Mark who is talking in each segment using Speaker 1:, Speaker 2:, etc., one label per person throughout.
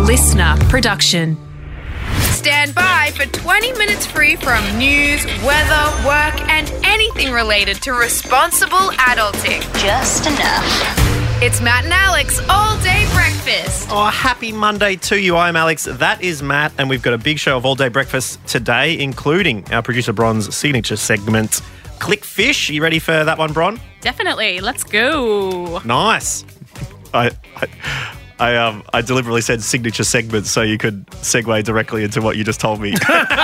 Speaker 1: listener production.
Speaker 2: Stand by for 20 minutes free from news, weather, work, and anything related to responsible adulting.
Speaker 3: Just enough.
Speaker 2: It's Matt and Alex all day breakfast.
Speaker 4: Oh, happy Monday to you. I'm Alex. That is Matt. And we've got a big show of all day breakfast today, including our producer Bron's signature segment, Clickfish. You ready for that one, Bron?
Speaker 5: Definitely. Let's go.
Speaker 4: Nice. I. I I, um, I deliberately said signature segments so you could segue directly into what you just told me.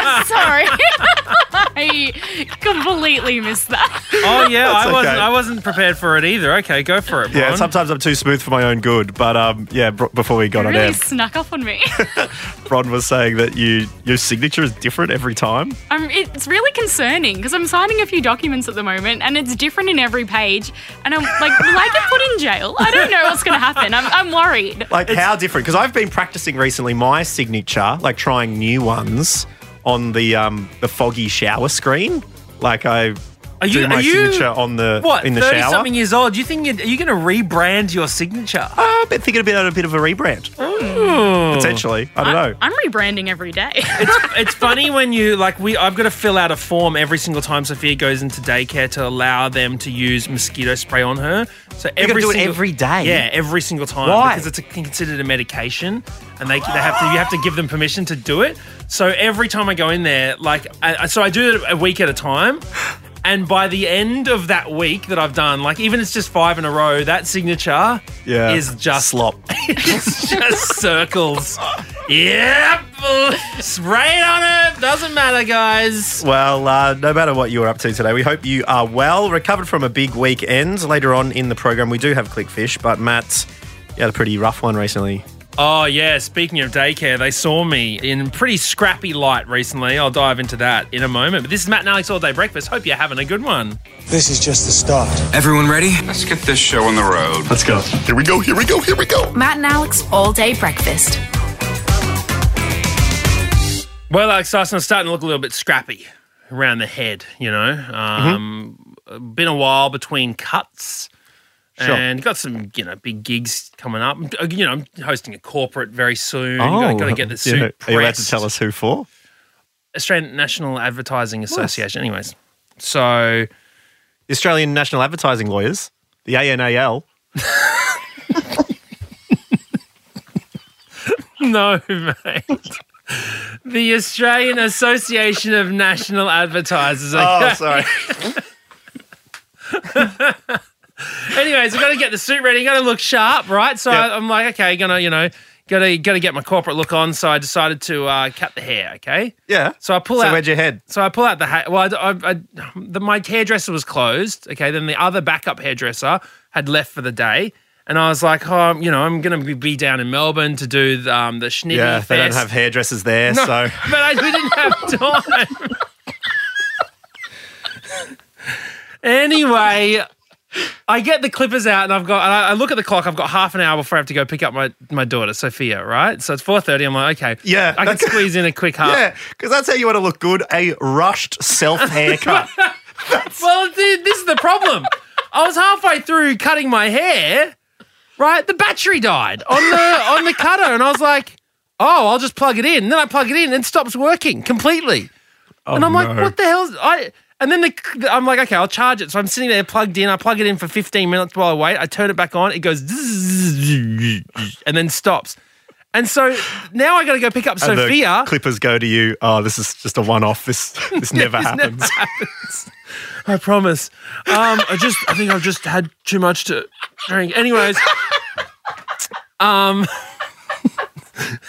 Speaker 5: Oh, sorry. I completely missed that.
Speaker 6: Oh yeah, I
Speaker 4: That's
Speaker 6: wasn't.
Speaker 4: okay.
Speaker 6: I wasn't prepared for it either. Okay, go for it.
Speaker 4: yeah,
Speaker 6: Bron.
Speaker 4: sometimes I'm too smooth for my own good. But um, yeah, br- before we got
Speaker 5: You
Speaker 4: on
Speaker 5: really
Speaker 4: air,
Speaker 5: snuck up on me.
Speaker 4: Bron was saying that you your signature is different every time.
Speaker 5: I'm, Um, it's really concerning because I'm signing a few documents at the moment and it's different in every page. And I'm like, will I get put in jail? I don't know what's going to happen. I'm, I'm worried.
Speaker 4: Like how different? Because I've been practicing recently my signature, like trying new ones on the um the foggy shower screen. Like I
Speaker 6: Are you-
Speaker 4: do my
Speaker 6: are you-
Speaker 4: signature on the
Speaker 6: What?
Speaker 4: in the
Speaker 6: Thirty
Speaker 4: shower.
Speaker 6: something years old. Do you think you're, are you going to rebrand your signature?
Speaker 4: Uh, but thinking about a bit of a rebrand Hmm. potentially. Oh. I don't know.
Speaker 5: I'm rebranding every day.
Speaker 6: it's, it's funny when you like we I've got to fill out a form every single time Sophia goes into daycare to allow them to use mosquito spray on her. So
Speaker 4: gotta
Speaker 6: every
Speaker 4: do it
Speaker 6: single-
Speaker 4: every day?
Speaker 6: Yeah, every single time.
Speaker 4: Why?
Speaker 6: Because it's a, considered a medication, and they, they have to you have to give them permission to do it. So every time I go in there, like I, I- so I do it a week at a time. And by the end of that week that I've done, like even it's just five in a row, that signature
Speaker 4: yeah,
Speaker 6: is just
Speaker 4: slop.
Speaker 6: it's just circles. Yep. Spray it on it. Doesn't matter, guys.
Speaker 4: Well, uh, no matter what you were up to today, we hope you are well, recovered from a big weekend. Later on in the program, we do have Clickfish, but Matt, you had a pretty rough one recently.
Speaker 6: Oh, yeah. Speaking of daycare, they saw me in pretty scrappy light recently. I'll dive into that in a moment. But this is Matt and Alex All Day Breakfast. Hope you're having a good one.
Speaker 7: This is just the start.
Speaker 8: Everyone ready?
Speaker 9: Let's get this show on the road.
Speaker 8: Let's go. Here we go, here we go, here we go.
Speaker 1: Matt and Alex all day breakfast.
Speaker 6: Well, Alex Dyson, I'm starting to look a little bit scrappy around the head, you know.
Speaker 4: Mm-hmm.
Speaker 6: Um, Been a while between cuts.
Speaker 4: Sure.
Speaker 6: And got some, you know, big gigs coming up. Uh, You know, I'm hosting a corporate very soon. got to get the suit
Speaker 4: yeah. Are Oh. you allowed to
Speaker 6: pressed.
Speaker 4: tell us who for?
Speaker 6: Australian National Advertising Association. Anyways, so
Speaker 4: The Australian National Advertising Lawyers, the ANAL.
Speaker 6: no, mate. The Australian Association of National Advertisers.
Speaker 4: Oh, sorry.
Speaker 6: Anyways, I've got to get the suit ready. Got to look sharp, right? So
Speaker 4: Yep.
Speaker 6: I, I'm like, okay, gonna, you know, gotta, gotta get my corporate look on. So I decided to uh, cut the hair. Okay.
Speaker 4: Yeah.
Speaker 6: So I pull
Speaker 4: so
Speaker 6: out.
Speaker 4: where'd your head?
Speaker 6: So I pull out the hat. Well, I, I, I, the, my hairdresser was closed. Okay, then the other backup hairdresser had left for the day, and I was like, oh, I'm- you know, I'm going to be down in Melbourne to do the, um, the schnitty
Speaker 4: Yeah,
Speaker 6: fest.
Speaker 4: they don't have hairdressers there, so
Speaker 6: but I we didn't have time. anyway, I get the clippers out and I've got. And I, I look at the clock. I've got half an hour before I have to go pick up my, my daughter Sophia. Right, so it's four thirty. I'm like, okay,
Speaker 4: Yeah,
Speaker 6: I can
Speaker 4: that's-
Speaker 6: squeeze in a quick half.
Speaker 4: yeah, because that's how you want to look good, a rushed self haircut.
Speaker 6: Well, th- this is the problem. I was halfway through cutting my hair, right? The battery died on the on the cutter, and I was like, "Oh, I'll just plug it in." And then I plug it in, and it stops working completely. and I'm like,
Speaker 4: Oh, no.
Speaker 6: "What the hell's I?" And then the, I'm like, "Okay, I'll charge it." So I'm sitting there plugged in. I plug it in for 15 minutes while I wait. I turn it back on. It goes, zzzz, and then stops. And so now I got to go pick up
Speaker 4: And the
Speaker 6: Sophia.
Speaker 4: clippers go to you. Oh, this is just a one off. This this never happens.
Speaker 6: I promise. Um, I just, I think I've just had too much to drink. Anyways, um,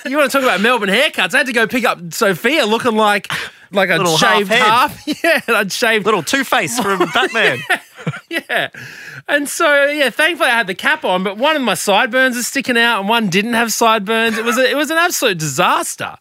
Speaker 6: you want to talk about Melbourne haircuts? I had to go pick up Sophia, looking like like a
Speaker 4: Little
Speaker 6: shaved
Speaker 4: half
Speaker 6: half. Yeah, and I'd shaved
Speaker 4: Little Two Face from Batman.
Speaker 6: yeah. And so yeah, thankfully I had the cap on, but one of my sideburns is sticking out, and one didn't have sideburns. It was a, it was an absolute disaster.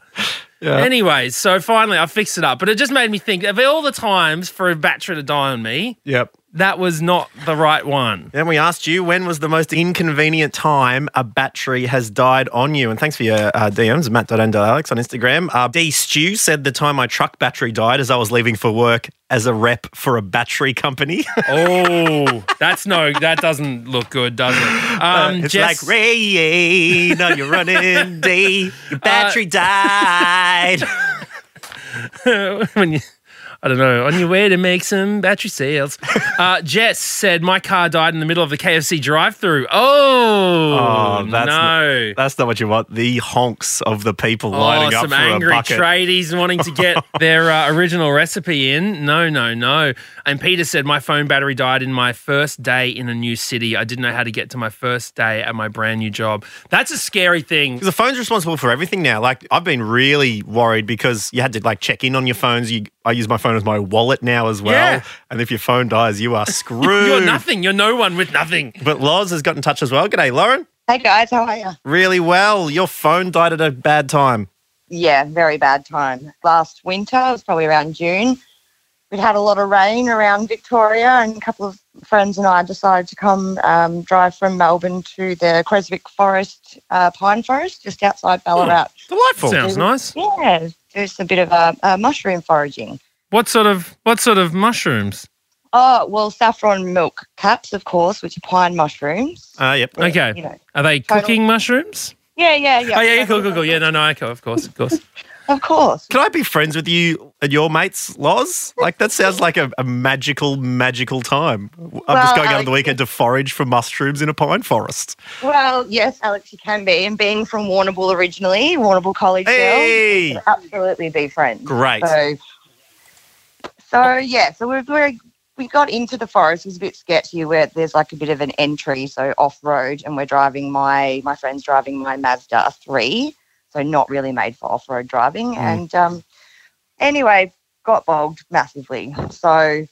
Speaker 6: Anyway, so finally I fixed it up, but it just made me think of all the times for a bachelor to die on me.
Speaker 4: Yep.
Speaker 6: that was not the right one.
Speaker 4: Then we asked you when was the most inconvenient time a battery has died on you, and thanks for your uh, DMs, Matt and Alex on Instagram. Uh, D Stew said the time my truck battery died as I was leaving for work as a rep for a battery company.
Speaker 6: Oh, that's no, that doesn't look good, does it? Um,
Speaker 4: Uh, it's
Speaker 6: Jess-
Speaker 4: like rain on your running day. Your battery
Speaker 6: Uh,
Speaker 4: died.
Speaker 6: when you, I don't know, on your way to make some battery sales. Uh, Jess said, My car died in the middle of the KFC drive through. Oh,
Speaker 4: Oh, that's
Speaker 6: no.
Speaker 4: not, that's not what you want. The honks of the people
Speaker 6: Oh,
Speaker 4: lining up
Speaker 6: some
Speaker 4: for
Speaker 6: angry
Speaker 4: a bucket.
Speaker 6: tradies wanting to get their uh, original recipe in. No, no, no. And Peter said, My phone battery died in my first day in a new city. I didn't know how to get to my first day at my brand new job. That's a scary thing.
Speaker 4: Because the phone's responsible for everything now. Like I've been really worried because you had to like check in on your phones. You, I use my phone as my wallet now as well.
Speaker 6: Yeah.
Speaker 4: And if your phone dies, you are screwed.
Speaker 6: You're nothing. You're no one with nothing.
Speaker 4: But Loz has got in touch as well. G'day, Lauren.
Speaker 10: Hey guys, how are you?
Speaker 4: Really well. Your phone died at a bad time.
Speaker 10: Yeah, very bad time. Last winter, it was probably around June. We'd had a lot of rain around Victoria, and a couple of friends and I decided to come um, drive from Melbourne to the Creswick Forest, uh, Pine Forest, just outside Ballarat.
Speaker 4: Delightful.
Speaker 6: Sounds nice.
Speaker 10: Yeah, just a bit of uh, uh, mushroom foraging.
Speaker 6: What sort of what sort of mushrooms?
Speaker 10: Oh, well, saffron milk caps, of course, which are pine mushrooms.
Speaker 4: Uh, yep.
Speaker 6: Okay.
Speaker 10: You know.
Speaker 6: Are they
Speaker 10: Total.
Speaker 6: cooking mushrooms?
Speaker 10: Yeah, yeah, yeah.
Speaker 6: Oh yeah, yeah, cool, cool, cool. Yeah, no, no, okay, of course, of course.
Speaker 10: Of course.
Speaker 4: Can I be friends with you and your mates, Loz? Like that sounds like a, a magical, magical time. I'm just
Speaker 10: Well,
Speaker 4: going out on
Speaker 10: Alex-
Speaker 4: the weekend to forage for mushrooms in a pine forest.
Speaker 10: Well, yes, Alex, you can be. And being from Warrnambool originally, Warrnambool College girl,
Speaker 4: Hey,
Speaker 10: you can absolutely be friends.
Speaker 4: Great.
Speaker 10: So, so yeah, so we're, we're, we got into the forest. It was a bit sketchy where there's like a bit of an entry, so off road, and we're driving my my friend's driving my Mazda three, so not really made for off road driving. And um, anyway, got bogged massively. So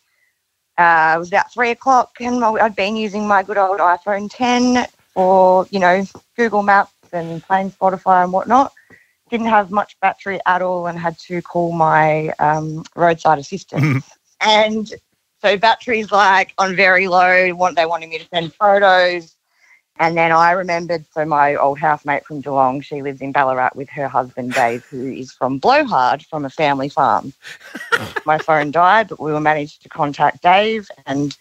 Speaker 10: uh, it was about three o'clock, and my, I'd been using my good old iPhone 10 for you know Google Maps and playing Spotify and whatnot. Didn't have much battery at all, and had to call my um, roadside assistance. and so battery's like on very low. Want they wanted me to send photos, and then I remembered. So my old housemate from Geelong, she lives in Ballarat with her husband Dave, who is from Blowhard, from a family farm my phone died, but we were managed to contact Dave and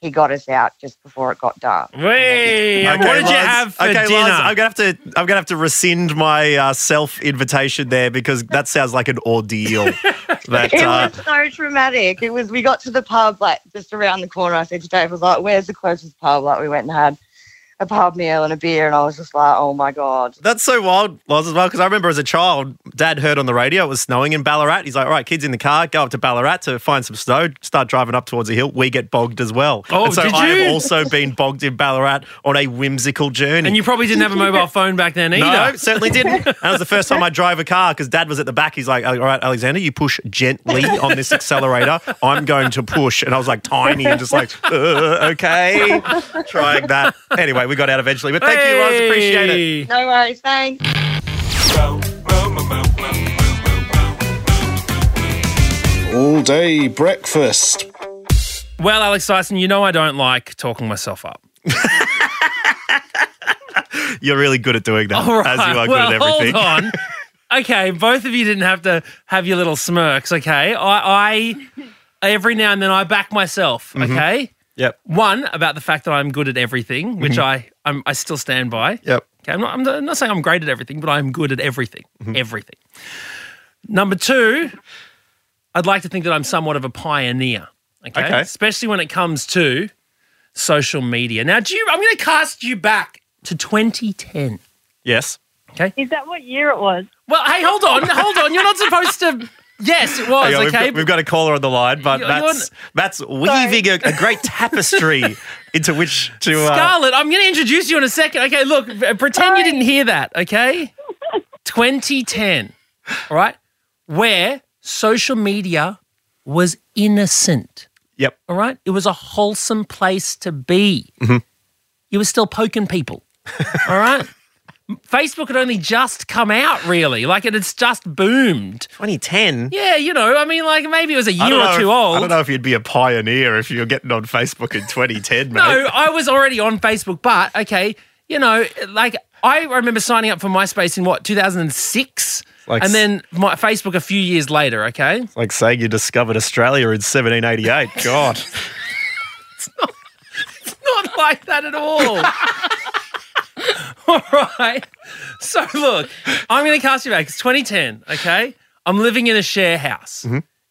Speaker 10: he got us out just before it got dark.
Speaker 6: Wait, what did you
Speaker 4: Lars.
Speaker 6: have for
Speaker 4: okay,
Speaker 6: dinner?
Speaker 4: Lars, I'm gonna have to. I'm gonna have to rescind my uh, self invitation there because that sounds like an ordeal. that
Speaker 10: It
Speaker 4: uh,
Speaker 10: was so traumatic. It was we got to the pub like just around the corner. I said to Dave, I was like, Where's the closest pub? Like we went and had a pub meal and a beer and I was just like, Oh my god.
Speaker 4: that's so wild, Loz, as well. Because I remember as a child, Dad heard on the radio it was snowing in Ballarat. He's like, "All right, kids in the car, go up to Ballarat to find some snow. Start driving up towards a hill. We get bogged as well."
Speaker 6: Oh,
Speaker 4: and so
Speaker 6: did
Speaker 4: I
Speaker 6: you?
Speaker 4: have also been bogged in Ballarat on a whimsical journey.
Speaker 6: and you probably didn't have a mobile phone back then either.
Speaker 4: No, certainly didn't. That was the first time I drove a car because Dad was at the back. He's like, "All right, Alexander, you push gently on this accelerator. I'm going to push." And I was like, tiny and just like, "Uh, okay, trying that. Anyway, we got out eventually, but thank you, Roz. Appreciate it.
Speaker 6: Hey.
Speaker 10: No worries, thanks.
Speaker 9: All day breakfast.
Speaker 6: Well, Alex Dyson, you know I don't like talking myself up.
Speaker 4: You're really good at doing that,
Speaker 6: All right.
Speaker 4: as you are
Speaker 6: well,
Speaker 4: good at everything.
Speaker 6: Hold on. Okay, both of you didn't have to have your little smirks, okay? I, I every now and then I back myself, okay?
Speaker 4: Yep,
Speaker 6: One, about the fact that I'm good at everything, which I I'm, I still stand by.
Speaker 4: yep.
Speaker 6: Okay, I'm not, I'm not- I'm not saying I'm great at everything, but I'm good at everything.
Speaker 4: Mm-hmm.
Speaker 6: Everything. Number two, I'd like to think that I'm somewhat of a pioneer. Okay?
Speaker 4: Okay.
Speaker 6: Especially when it comes to social media. Now, do you, I'm going to cast you back to 2010.
Speaker 4: Yes.
Speaker 11: Is that what year it was?
Speaker 6: Well, hey, hold on, hold on. You're not supposed to. Yes, Oh, it was.
Speaker 4: Hang on, we've,
Speaker 6: okay,
Speaker 4: got, we've got a caller on the line, but
Speaker 6: You- you
Speaker 4: that's that's weaving a, a great tapestry into which to. Uh,
Speaker 6: Scarlett, I'm going to introduce you in a second. Okay, look, v- pretend you didn't hear that, okay? 2010, all right? Where social media was innocent,
Speaker 4: yep. Mm-hmm.
Speaker 6: all right? It was a wholesome place to be. You were still poking people, all right? Facebook had only just come out, really. Like it had just boomed.
Speaker 4: 2010.
Speaker 6: Yeah, you know, I mean, like maybe it was a
Speaker 4: I
Speaker 6: year
Speaker 4: don't know
Speaker 6: or
Speaker 4: if-
Speaker 6: two old.
Speaker 4: I don't know if you'd be a pioneer if you're getting on Facebook in 2010, mate.
Speaker 6: No, I was already on Facebook, but okay, you know, like I remember signing up for MySpace in what 2006,
Speaker 4: Like
Speaker 6: and then my Facebook a few years later. Okay,
Speaker 4: It's like saying you discovered Australia in 1788. God.
Speaker 6: not like that at all. all right. So look, I'm going to cast you back. It's 2010. Okay, I'm living in a share house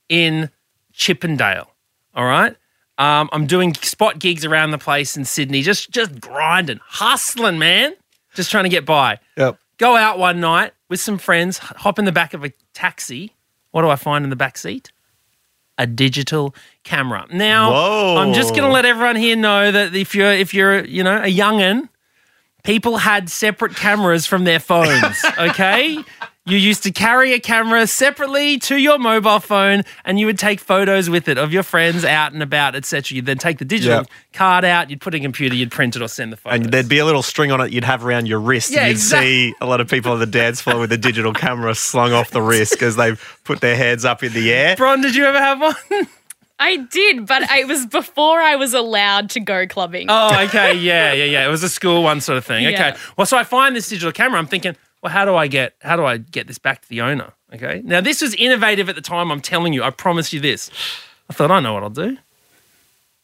Speaker 6: in Chippendale. All right. Um, I'm doing spot gigs around the place in Sydney, just just grinding, hustling, man, just trying to get by.
Speaker 4: Yep.
Speaker 6: go out one night with some friends, h- hop in the back of a taxi. What do I find in the back seat? A digital camera. Now,
Speaker 4: Whoa.
Speaker 6: I'm just going to let everyone here know that if you're if you're you know a youngin, people had separate cameras from their phones. Okay. You used to carry a camera separately to your mobile phone, and you would take photos with it of your friends out and about, etc. You'd then take the digital
Speaker 4: Yeah.
Speaker 6: card out, you'd put it in a computer, you'd print it or send the photo.
Speaker 4: And there'd be a little string on it you'd have around your wrist.
Speaker 6: Yeah,
Speaker 4: and you'd
Speaker 6: exact-
Speaker 4: see a lot of people on the dance floor with a digital camera slung off the wrist as they put their hands up in the air.
Speaker 6: Bron, did you ever have one?
Speaker 5: I did, but it was before I was allowed to go clubbing.
Speaker 6: Oh, okay. Yeah, yeah, yeah. It was a school one sort of thing.
Speaker 5: Yeah.
Speaker 6: Okay. Well, so I find this digital camera. I'm thinking, well, how do I get how do I get this back to the owner? Okay. Now this was innovative at the time. I'm telling you. I promise you this. I thought I know what I'll do.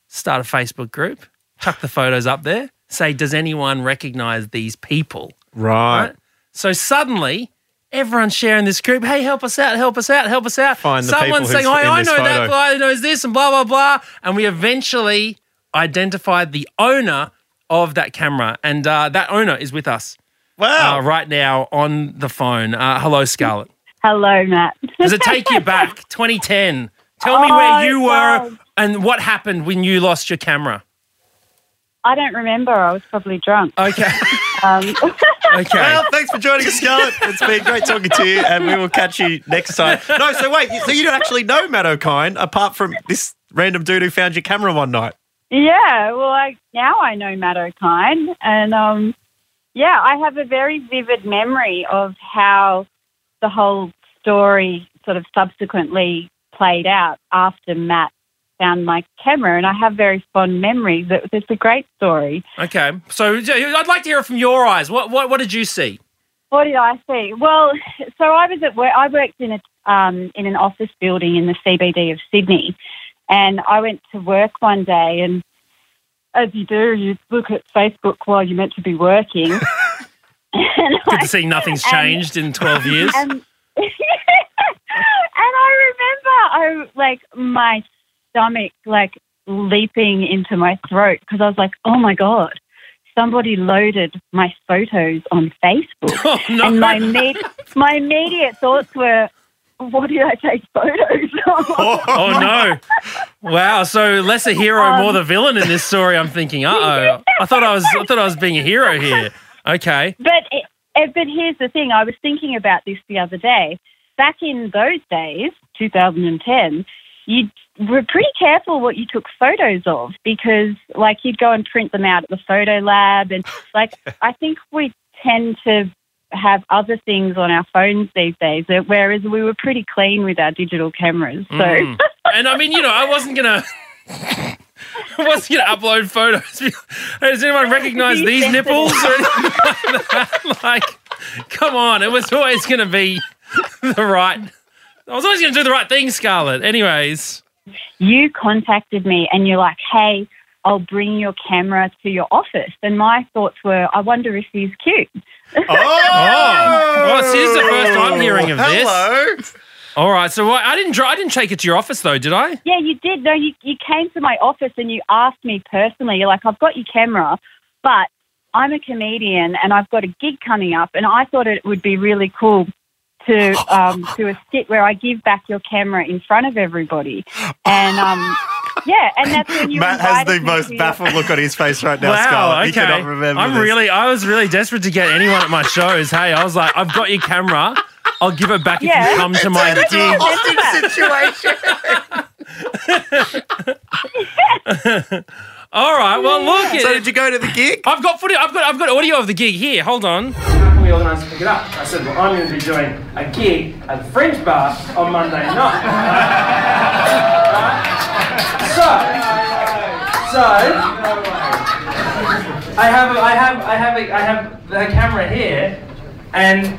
Speaker 6: Start a Facebook group. Tuck the photos up there. Say, does anyone recognize these people?
Speaker 4: Right.
Speaker 6: right? So suddenly, everyone's sharing this group. Hey, help us out! Help us out! Help us out!
Speaker 4: Find the
Speaker 6: Someone's
Speaker 4: people
Speaker 6: saying,
Speaker 4: who's
Speaker 6: "I,
Speaker 4: in
Speaker 6: I
Speaker 4: this
Speaker 6: know that
Speaker 4: photo."
Speaker 6: guy knows this," and blah blah blah. And we eventually identified the owner of that camera, and uh, that owner is with us uh,
Speaker 10: Oh.
Speaker 4: Wow.
Speaker 6: right now on the phone. Uh, hello, Scarlett.
Speaker 10: Hello, Matt.
Speaker 6: Does it take you back 2010? Tell me
Speaker 10: Oh,
Speaker 6: where you
Speaker 10: it
Speaker 6: were
Speaker 10: does.
Speaker 6: and what happened when you lost your camera.
Speaker 10: I don't remember. I was probably drunk.
Speaker 6: Okay.
Speaker 10: Um,
Speaker 6: Okay.
Speaker 4: Well, thanks for joining us, Scarlett. It's been great talking to you, and we will catch you next time. No, so wait, so you don't actually know Matt O'Kine apart from this random dude who found your camera one night.
Speaker 10: yeah, well, I, now I know Matt O'Kine. And um, yeah, I have a very vivid memory of how the whole story sort of subsequently played out after Matt found my camera. And I have very fond memories. It, it's a great story.
Speaker 6: okay. So yeah, I'd like to hear it from your eyes. What what, what did you see?
Speaker 10: What did I see? Well, so I was at work. I worked in a um, in an office building in the CBD of Sydney, and I went to work one day, and as you do, you look at Facebook while you're meant to be working. and
Speaker 6: Good to see nothing's
Speaker 10: And-
Speaker 6: changed in 12 years.
Speaker 10: and, and I remember, I like my stomach like leaping into my throat because I was like, "Oh my god, somebody loaded my photos on Facebook."
Speaker 6: oh, no.
Speaker 10: And my med- my immediate thoughts were, what did I take photos of?
Speaker 6: oh, no. Wow. So less a hero, more
Speaker 10: Um,
Speaker 6: the villain in this story, I'm thinking. Uh-oh. I thought I was I thought I was being a hero here. Okay.
Speaker 10: But it, it- but here's the thing. I was thinking about this the other day. Back in those days, 2010, you were pretty careful what you took photos of because, like, you'd go and print them out at the photo lab, and like, I think we tend to have other things on our phones these days, whereas we were pretty clean with our digital cameras. So.
Speaker 6: Mm. And I mean, you know, I wasn't going to I wasn't going to upload photos. Hey, Does anyone recognize
Speaker 10: You
Speaker 6: these
Speaker 10: said
Speaker 6: nipples or anything like that? Like, come on. It was always going to be the right I was always going to do the right thing, Scarlett. Anyways.
Speaker 10: you contacted me and you're like, hey, I'll bring your camera to your office. And my thoughts were, I wonder if he's cute.
Speaker 4: Oh, well,
Speaker 6: Well, this is the first I'm hearing of this.
Speaker 4: Hello.
Speaker 6: All right. So what, I didn't dri- I didn't take it to your office though, did I?
Speaker 10: Yeah, you did. No, you, you came to my office and you asked me personally, you're like, I've got your camera, but I'm a comedian and I've got a gig coming up. And I thought it would be really cool to um, do a skit where I give back your camera in front of everybody. And um, yeah, and that's when you
Speaker 4: Matt has the
Speaker 10: invited me
Speaker 4: most
Speaker 10: to your-
Speaker 4: baffled look on his face right now,
Speaker 6: wow.
Speaker 4: Scarlett.
Speaker 6: okay.
Speaker 4: You cannot remember.
Speaker 6: I'm
Speaker 4: this.
Speaker 6: really. I was really desperate to get anyone at my shows. Hey, I was like, I've got your camera. I'll give it back if
Speaker 10: Yeah.
Speaker 6: you come to my gig.
Speaker 10: Remember
Speaker 4: situation.
Speaker 6: All right. Well, look.
Speaker 4: so
Speaker 6: It,
Speaker 4: did you go to the gig?
Speaker 6: I've got footage. I've got. I've got audio of the gig here. Hold on. we organise to pick it up? I said, well, I'm going to be doing a gig at the Fringe Bar on Monday night. Right? So, so, I have, a, I have, I have, a, I have the camera here, and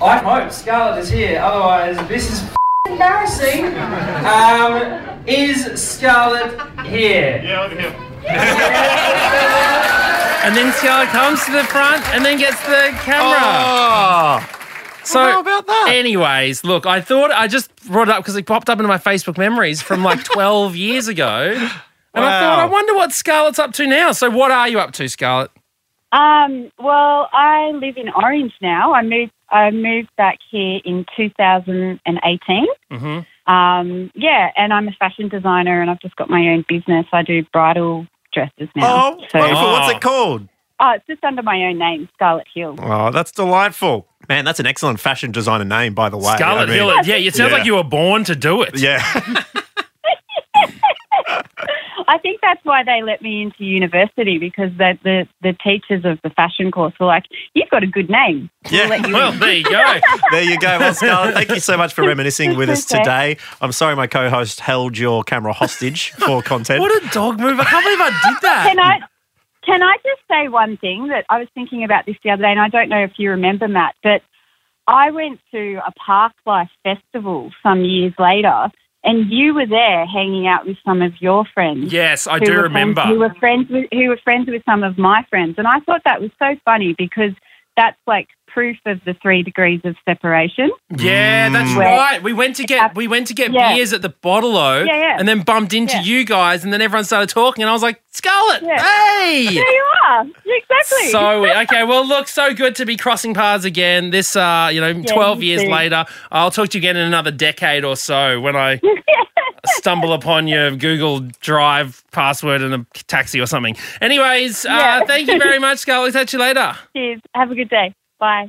Speaker 6: I hope Scarlett is here. Otherwise, this is f- embarrassing. Um, is Scarlett here? Yeah, I'm here. and then Scarlett comes to the front, and then gets the camera.
Speaker 4: Oh,
Speaker 6: so
Speaker 4: how about that?
Speaker 6: Anyways, look, I thought I just brought it up because it popped up into my Facebook memories from like 12 years ago. And I thought,
Speaker 4: Wow.
Speaker 6: I wonder what Scarlett's up to now. So, what are you up to, Scarlett?
Speaker 10: Um, well, I live in Orange now. I moved. I moved back here in 2018.
Speaker 6: Mhm.
Speaker 10: Um, yeah, and I'm a fashion designer, and I've just got my own business. I do bridal dresses now.
Speaker 4: oh,
Speaker 10: so,
Speaker 4: wonderful.
Speaker 10: oh,
Speaker 4: What's it called?
Speaker 10: it's just under my own name, Scarlet Hill.
Speaker 4: Oh, that's delightful. Man, that's an excellent fashion designer name, by the way.
Speaker 6: Scarlet
Speaker 4: I mean-
Speaker 6: Hill. Yeah, it sounds
Speaker 4: Yeah.
Speaker 6: like you were born to do it.
Speaker 4: Yeah.
Speaker 10: I think that's why they let me into university because the the, the teachers of the fashion course were like, "You've got a good name.
Speaker 4: Yeah.
Speaker 10: We'll let you
Speaker 6: Well,
Speaker 10: in."
Speaker 6: there you go.
Speaker 4: there you go. Well, Scarlett, thank you so much for reminiscing with us
Speaker 10: Okay.
Speaker 4: today. I'm sorry my co host held your camera hostage for content.
Speaker 6: what a dog move. I can't believe I did that.
Speaker 10: Can I? Can I just say one thing that I was thinking about this the other day, and I don't know if you remember, Matt, but I went to a park life festival some years later, and you were there hanging out with some of your friends.
Speaker 6: Yes, I
Speaker 10: who
Speaker 6: do
Speaker 10: were Friends, who
Speaker 6: remember.
Speaker 10: were friends with who were friends with some of my friends, and I thought that was so funny because that's like proof of the three degrees of separation.
Speaker 6: Yeah, that's
Speaker 10: Where-
Speaker 6: right. We went to get we went to get
Speaker 10: Mm. Yeah.
Speaker 6: beers at the bottle o
Speaker 10: Yeah, yeah.
Speaker 6: and then bumped into
Speaker 10: Yeah.
Speaker 6: you guys and then everyone started talking and I was like, Scarlett,
Speaker 10: Yeah.
Speaker 6: hey.
Speaker 10: There you are, exactly.
Speaker 6: So we- okay, well, look, so good to be crossing paths again. This, uh, you know, twelve
Speaker 10: you
Speaker 6: years
Speaker 10: too.
Speaker 6: later, I'll talk to you again in another decade or so when I stumble upon your Google Drive password in a taxi or something. Anyways,
Speaker 10: Yeah.
Speaker 6: uh, thank you very much, Scarlett. Catch you later.
Speaker 10: Cheers. Have a good day. Bye.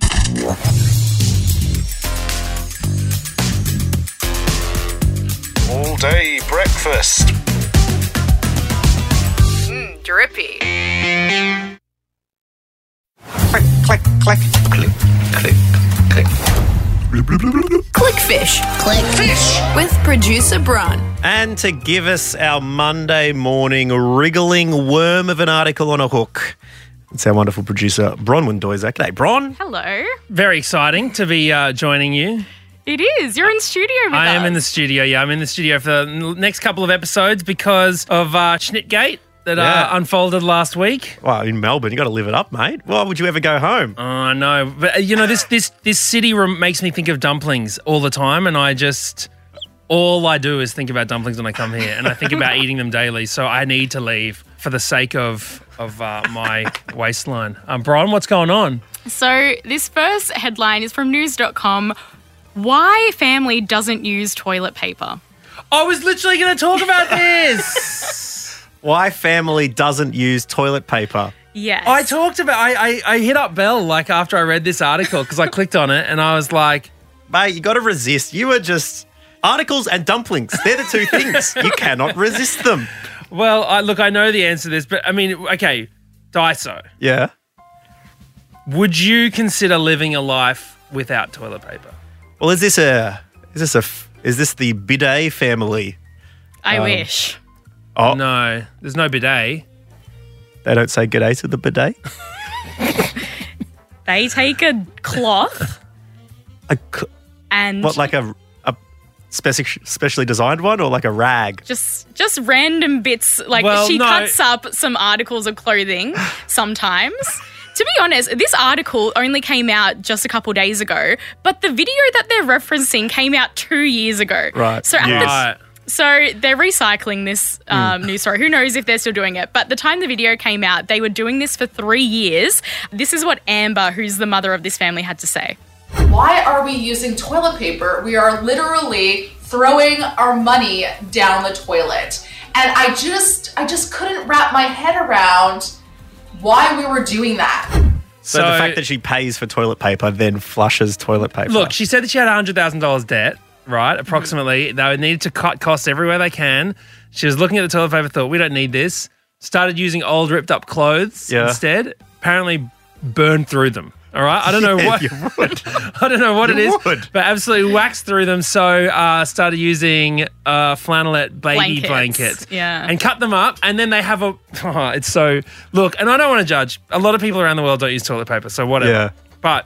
Speaker 7: All day breakfast.
Speaker 2: Mm, drippy.
Speaker 8: Click, click, click. Click, click, click. Bloop, bloop, bloop, bloop, bloop.
Speaker 1: Clickfish. Clickfish. With producer Bron.
Speaker 4: And to give us our Monday morning wriggling worm of an article on a hook, it's our wonderful producer, Bronwyn Doiser. G'day, Bron.
Speaker 5: Hello.
Speaker 6: Very exciting to be uh, joining you.
Speaker 5: It is. You're in studio with
Speaker 6: I
Speaker 5: us.
Speaker 6: am in the studio. Yeah, I'm in the studio for the n- next couple of episodes because of uh, Schnitgate that uh,
Speaker 4: Yeah.
Speaker 6: unfolded last week.
Speaker 4: Well, in Melbourne, you got to live it up, mate. Why would you ever go home?
Speaker 6: Oh, I know, but uh, you know this this this city rem- makes me think of dumplings all the time, and I just all I do is think about dumplings when I come here, and I think about eating them daily. So I need to leave for the sake of of uh, my waistline. Um, Brian, what's going on?
Speaker 5: So, this first headline is from news.com Why family doesn't use toilet paper.
Speaker 6: I was literally going to talk about this.
Speaker 4: Why family doesn't use toilet paper?
Speaker 5: Yes.
Speaker 6: I talked about. I, I I hit up Bell like after I read this article because I clicked on it and I was like.
Speaker 4: Mate, you got to resist. You are just articles and dumplings. They're the two things. You cannot resist them.
Speaker 6: Well, I, look, I know the answer to this, but I mean, okay, Daiso,
Speaker 4: Yeah.
Speaker 6: would you consider living a life without toilet paper?
Speaker 4: Well, is this a is this a f- is this the bidet family?
Speaker 5: I
Speaker 6: Um,
Speaker 5: wish.
Speaker 4: Oh,
Speaker 6: No, there's no bidet.
Speaker 4: they don't say good day to the bidet.
Speaker 5: They take a cloth
Speaker 4: A c-
Speaker 5: and
Speaker 4: what, like a a speci- specially designed one, or like a rag?
Speaker 5: just just random bits like
Speaker 6: Well,
Speaker 5: she
Speaker 6: no.
Speaker 5: cuts up some articles of clothing sometimes. to be honest, this article only came out just a couple days ago, but the video that they're referencing came out 2 years ago.
Speaker 4: Right.
Speaker 5: So at the
Speaker 6: Right.
Speaker 5: So they're recycling this um, news story. Who knows if they're still doing it? But the time the video came out, they were doing this for three years. This is what Amber, who's the mother of this family, had to say.
Speaker 12: Why are we using toilet paper? We are literally throwing our money down the toilet. And I just I just couldn't wrap my head around why we were doing that.
Speaker 4: So, the
Speaker 6: So-
Speaker 4: fact that she pays for toilet paper, then flushes toilet paper.
Speaker 6: Look, she said that she had $100,000 debt, right? Approximately. They needed to cut costs everywhere they can. She was looking at the toilet paper, thought, we don't need this. Started using old, ripped up clothes
Speaker 4: Yeah.
Speaker 6: instead. Apparently, burned through them. All right, I don't know
Speaker 4: Yeah,
Speaker 6: what I don't know what
Speaker 4: You
Speaker 6: it is,
Speaker 4: would.
Speaker 6: but absolutely waxed through them. So uh, started using uh, flannelette baby
Speaker 5: Blankets,
Speaker 6: blankets,
Speaker 5: yeah.
Speaker 6: and cut them up, and then they have a. Oh, it's so look, and I don't want to judge. A lot of people around the world don't use toilet paper, so whatever.
Speaker 4: Yeah.
Speaker 6: But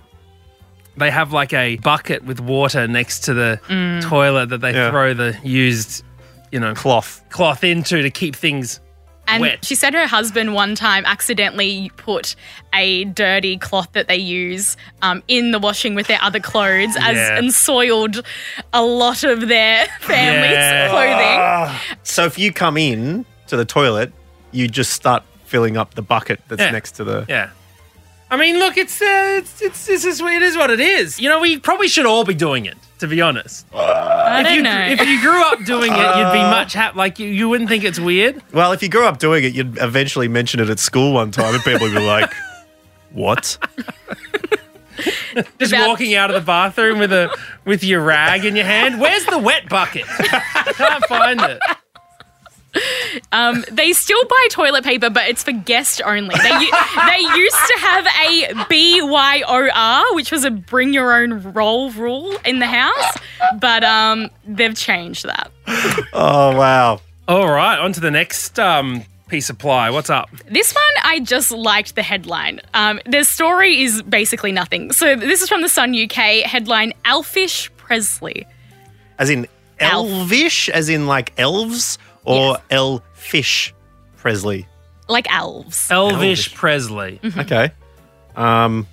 Speaker 6: they have like a bucket with water next to the
Speaker 5: Mm.
Speaker 6: toilet that they
Speaker 4: Yeah.
Speaker 6: throw the used, you know,
Speaker 4: cloth
Speaker 6: cloth into to keep things
Speaker 5: And
Speaker 6: wet.
Speaker 5: she said her husband one time accidentally put a dirty cloth that they use um, in the washing with their other clothes as,
Speaker 4: Yeah.
Speaker 5: and soiled a lot of their family's
Speaker 4: Yeah.
Speaker 5: clothing.
Speaker 4: So if you come in to the toilet, you just start filling up the bucket that's
Speaker 6: Yeah.
Speaker 4: next to the.
Speaker 6: Yeah. I mean, look, it's uh, it's, it's this is it is what it is. You know, we probably should all be doing it. To be honest,
Speaker 5: I
Speaker 6: if
Speaker 5: don't
Speaker 6: you
Speaker 5: know.
Speaker 6: if you grew up doing it, you'd be
Speaker 4: Uh.
Speaker 6: much hap- like you, you wouldn't think it's weird.
Speaker 4: Well, if you grew up doing it, you'd eventually mention it at school one time, and people would be like, "What?"
Speaker 6: Just walking out of the bathroom with a with your rag in your hand. Where's the wet bucket? Can't find it.
Speaker 5: Um, they still buy toilet paper, but it's for guest only. They, u- they used to have a BYOR, which was a bring your own roll rule in the house, but um, they've changed that.
Speaker 4: Oh wow!
Speaker 6: All right, on to the next um, piece of ply. What's up?
Speaker 5: This one, I just liked the headline. Um, the story is basically nothing. So, this is from the Sun UK headline Elfish Presley.
Speaker 4: As in elvish, as in like elves, or elfish, Presley.
Speaker 5: Like elves.
Speaker 6: Elvish, Presley.
Speaker 5: Mm-hmm.
Speaker 4: Okay. Um,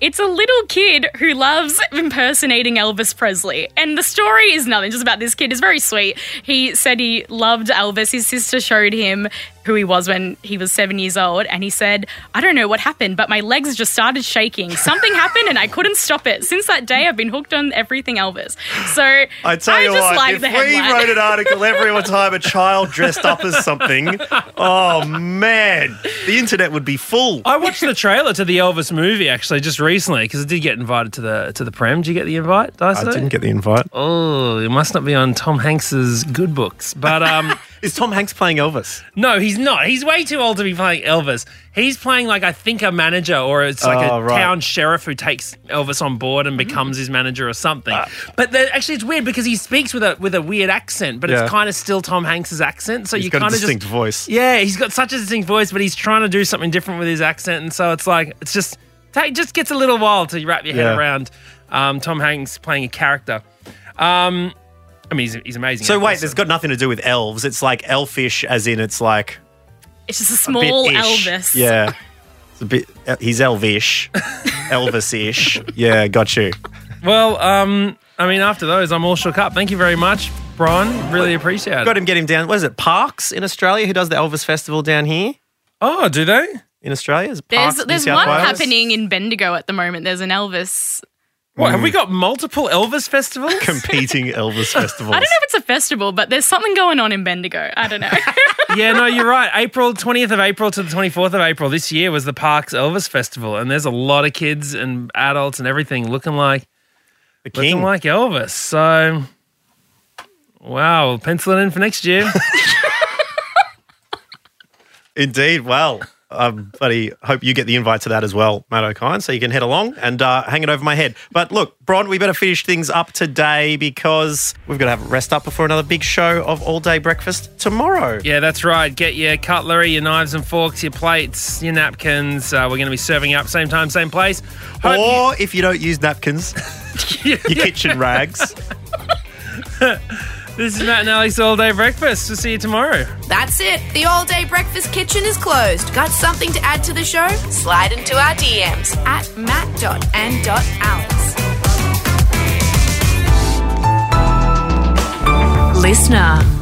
Speaker 5: It's a little kid who loves impersonating Elvis Presley. And the story is nothing, just about this kid. It's very sweet. He said he loved Elvis. His sister showed him who he was when he was seven years old. And he said, I don't know what happened, but my legs just started shaking. Something happened and I couldn't stop it. Since that day, I've been hooked on everything Elvis. So
Speaker 4: I tell you
Speaker 5: just
Speaker 4: what,
Speaker 5: like
Speaker 4: if
Speaker 5: the
Speaker 4: we
Speaker 5: headline.
Speaker 4: wrote an article every time a child dressed up as something, oh man, the internet would be full.
Speaker 6: I watched the trailer to the Elvis movie actually just recently because I did get invited to the to the prem. Did you get the invite? Did I,
Speaker 4: I
Speaker 6: say?
Speaker 4: didn't get the invite.
Speaker 6: Oh, it must not be on Tom Hanks's good books. But um,
Speaker 4: is Tom Hanks playing Elvis?
Speaker 6: No, he's not. He's way too old to be playing Elvis. He's playing like I think a manager or it's like
Speaker 4: Oh,
Speaker 6: a
Speaker 4: right. Mm.
Speaker 6: town sheriff who takes Elvis on board and becomes his manager or something.
Speaker 4: Ah.
Speaker 6: but the, actually, it's weird because he speaks with a with a weird accent, but
Speaker 4: Yeah.
Speaker 6: it's kind of still Tom Hanks's accent. So
Speaker 4: He's
Speaker 6: you
Speaker 4: got
Speaker 6: kind
Speaker 4: a
Speaker 6: of
Speaker 4: distinct
Speaker 6: just
Speaker 4: voice.
Speaker 6: yeah, he's got such a distinct voice, but he's trying to do something different with his accent, and so it's like it's just it just gets a little while to wrap your head
Speaker 4: Yeah.
Speaker 6: around um, Tom Hanks playing a character. Um, I mean, he's, he's amazing.
Speaker 4: So
Speaker 6: of
Speaker 4: wait,
Speaker 6: course.
Speaker 4: there's got nothing to do with elves. It's like elfish, as in it's like
Speaker 5: It's just a
Speaker 4: a bit
Speaker 5: small
Speaker 4: ish.
Speaker 5: Elvis.
Speaker 4: Yeah, it's a bit. uh, He's elvish, Elvis-ish. Yeah, got you.
Speaker 6: Well, um, I mean, after those, I'm all shook up. Thank you very much, Brian. Really appreciate it.
Speaker 4: Got him. Get him down. What is it? Parks in Australia. Who does the Elvis Festival down here
Speaker 6: Oh, do they?
Speaker 4: in Australia? Is it
Speaker 5: There's,
Speaker 4: Parks, New
Speaker 5: there's
Speaker 4: South
Speaker 5: one
Speaker 4: Wales?
Speaker 5: happening in Bendigo at the moment. There's an Elvis.
Speaker 6: What,
Speaker 4: Hmm.
Speaker 6: have we got multiple Elvis festivals?
Speaker 4: Competing Elvis
Speaker 5: I
Speaker 4: festivals.
Speaker 5: don't know if it's a festival, but there's something going on in Bendigo. I don't know.
Speaker 6: yeah, no, you're right. April 20th of April to the 24th of April this year was the Parks Elvis Festival, and there's a lot of kids and adults and everything looking like
Speaker 4: the king.
Speaker 6: looking like Elvis. So, wow, we'll pencil it in for next year.
Speaker 4: Indeed. Well, um, buddy, hope you get the invite to that as well, Matt O'Kine, so you can head along and uh, hang it over my head. But look, Bron, we better finish things up today because we've got to have a rest up before another big show of all day breakfast tomorrow.
Speaker 6: Yeah, that's right. Get your cutlery, your knives and forks, your plates, your napkins. Uh, we're going to be serving up same time, same place. Hope you-
Speaker 4: Or if you don't use napkins, your kitchen rags.
Speaker 6: This is Matt and Alex All Day Breakfast. We'll see you tomorrow.
Speaker 1: That's it. The all day breakfast kitchen is closed. Got something to add to the show? Slide into our DMs at matt.and.alex. Listener.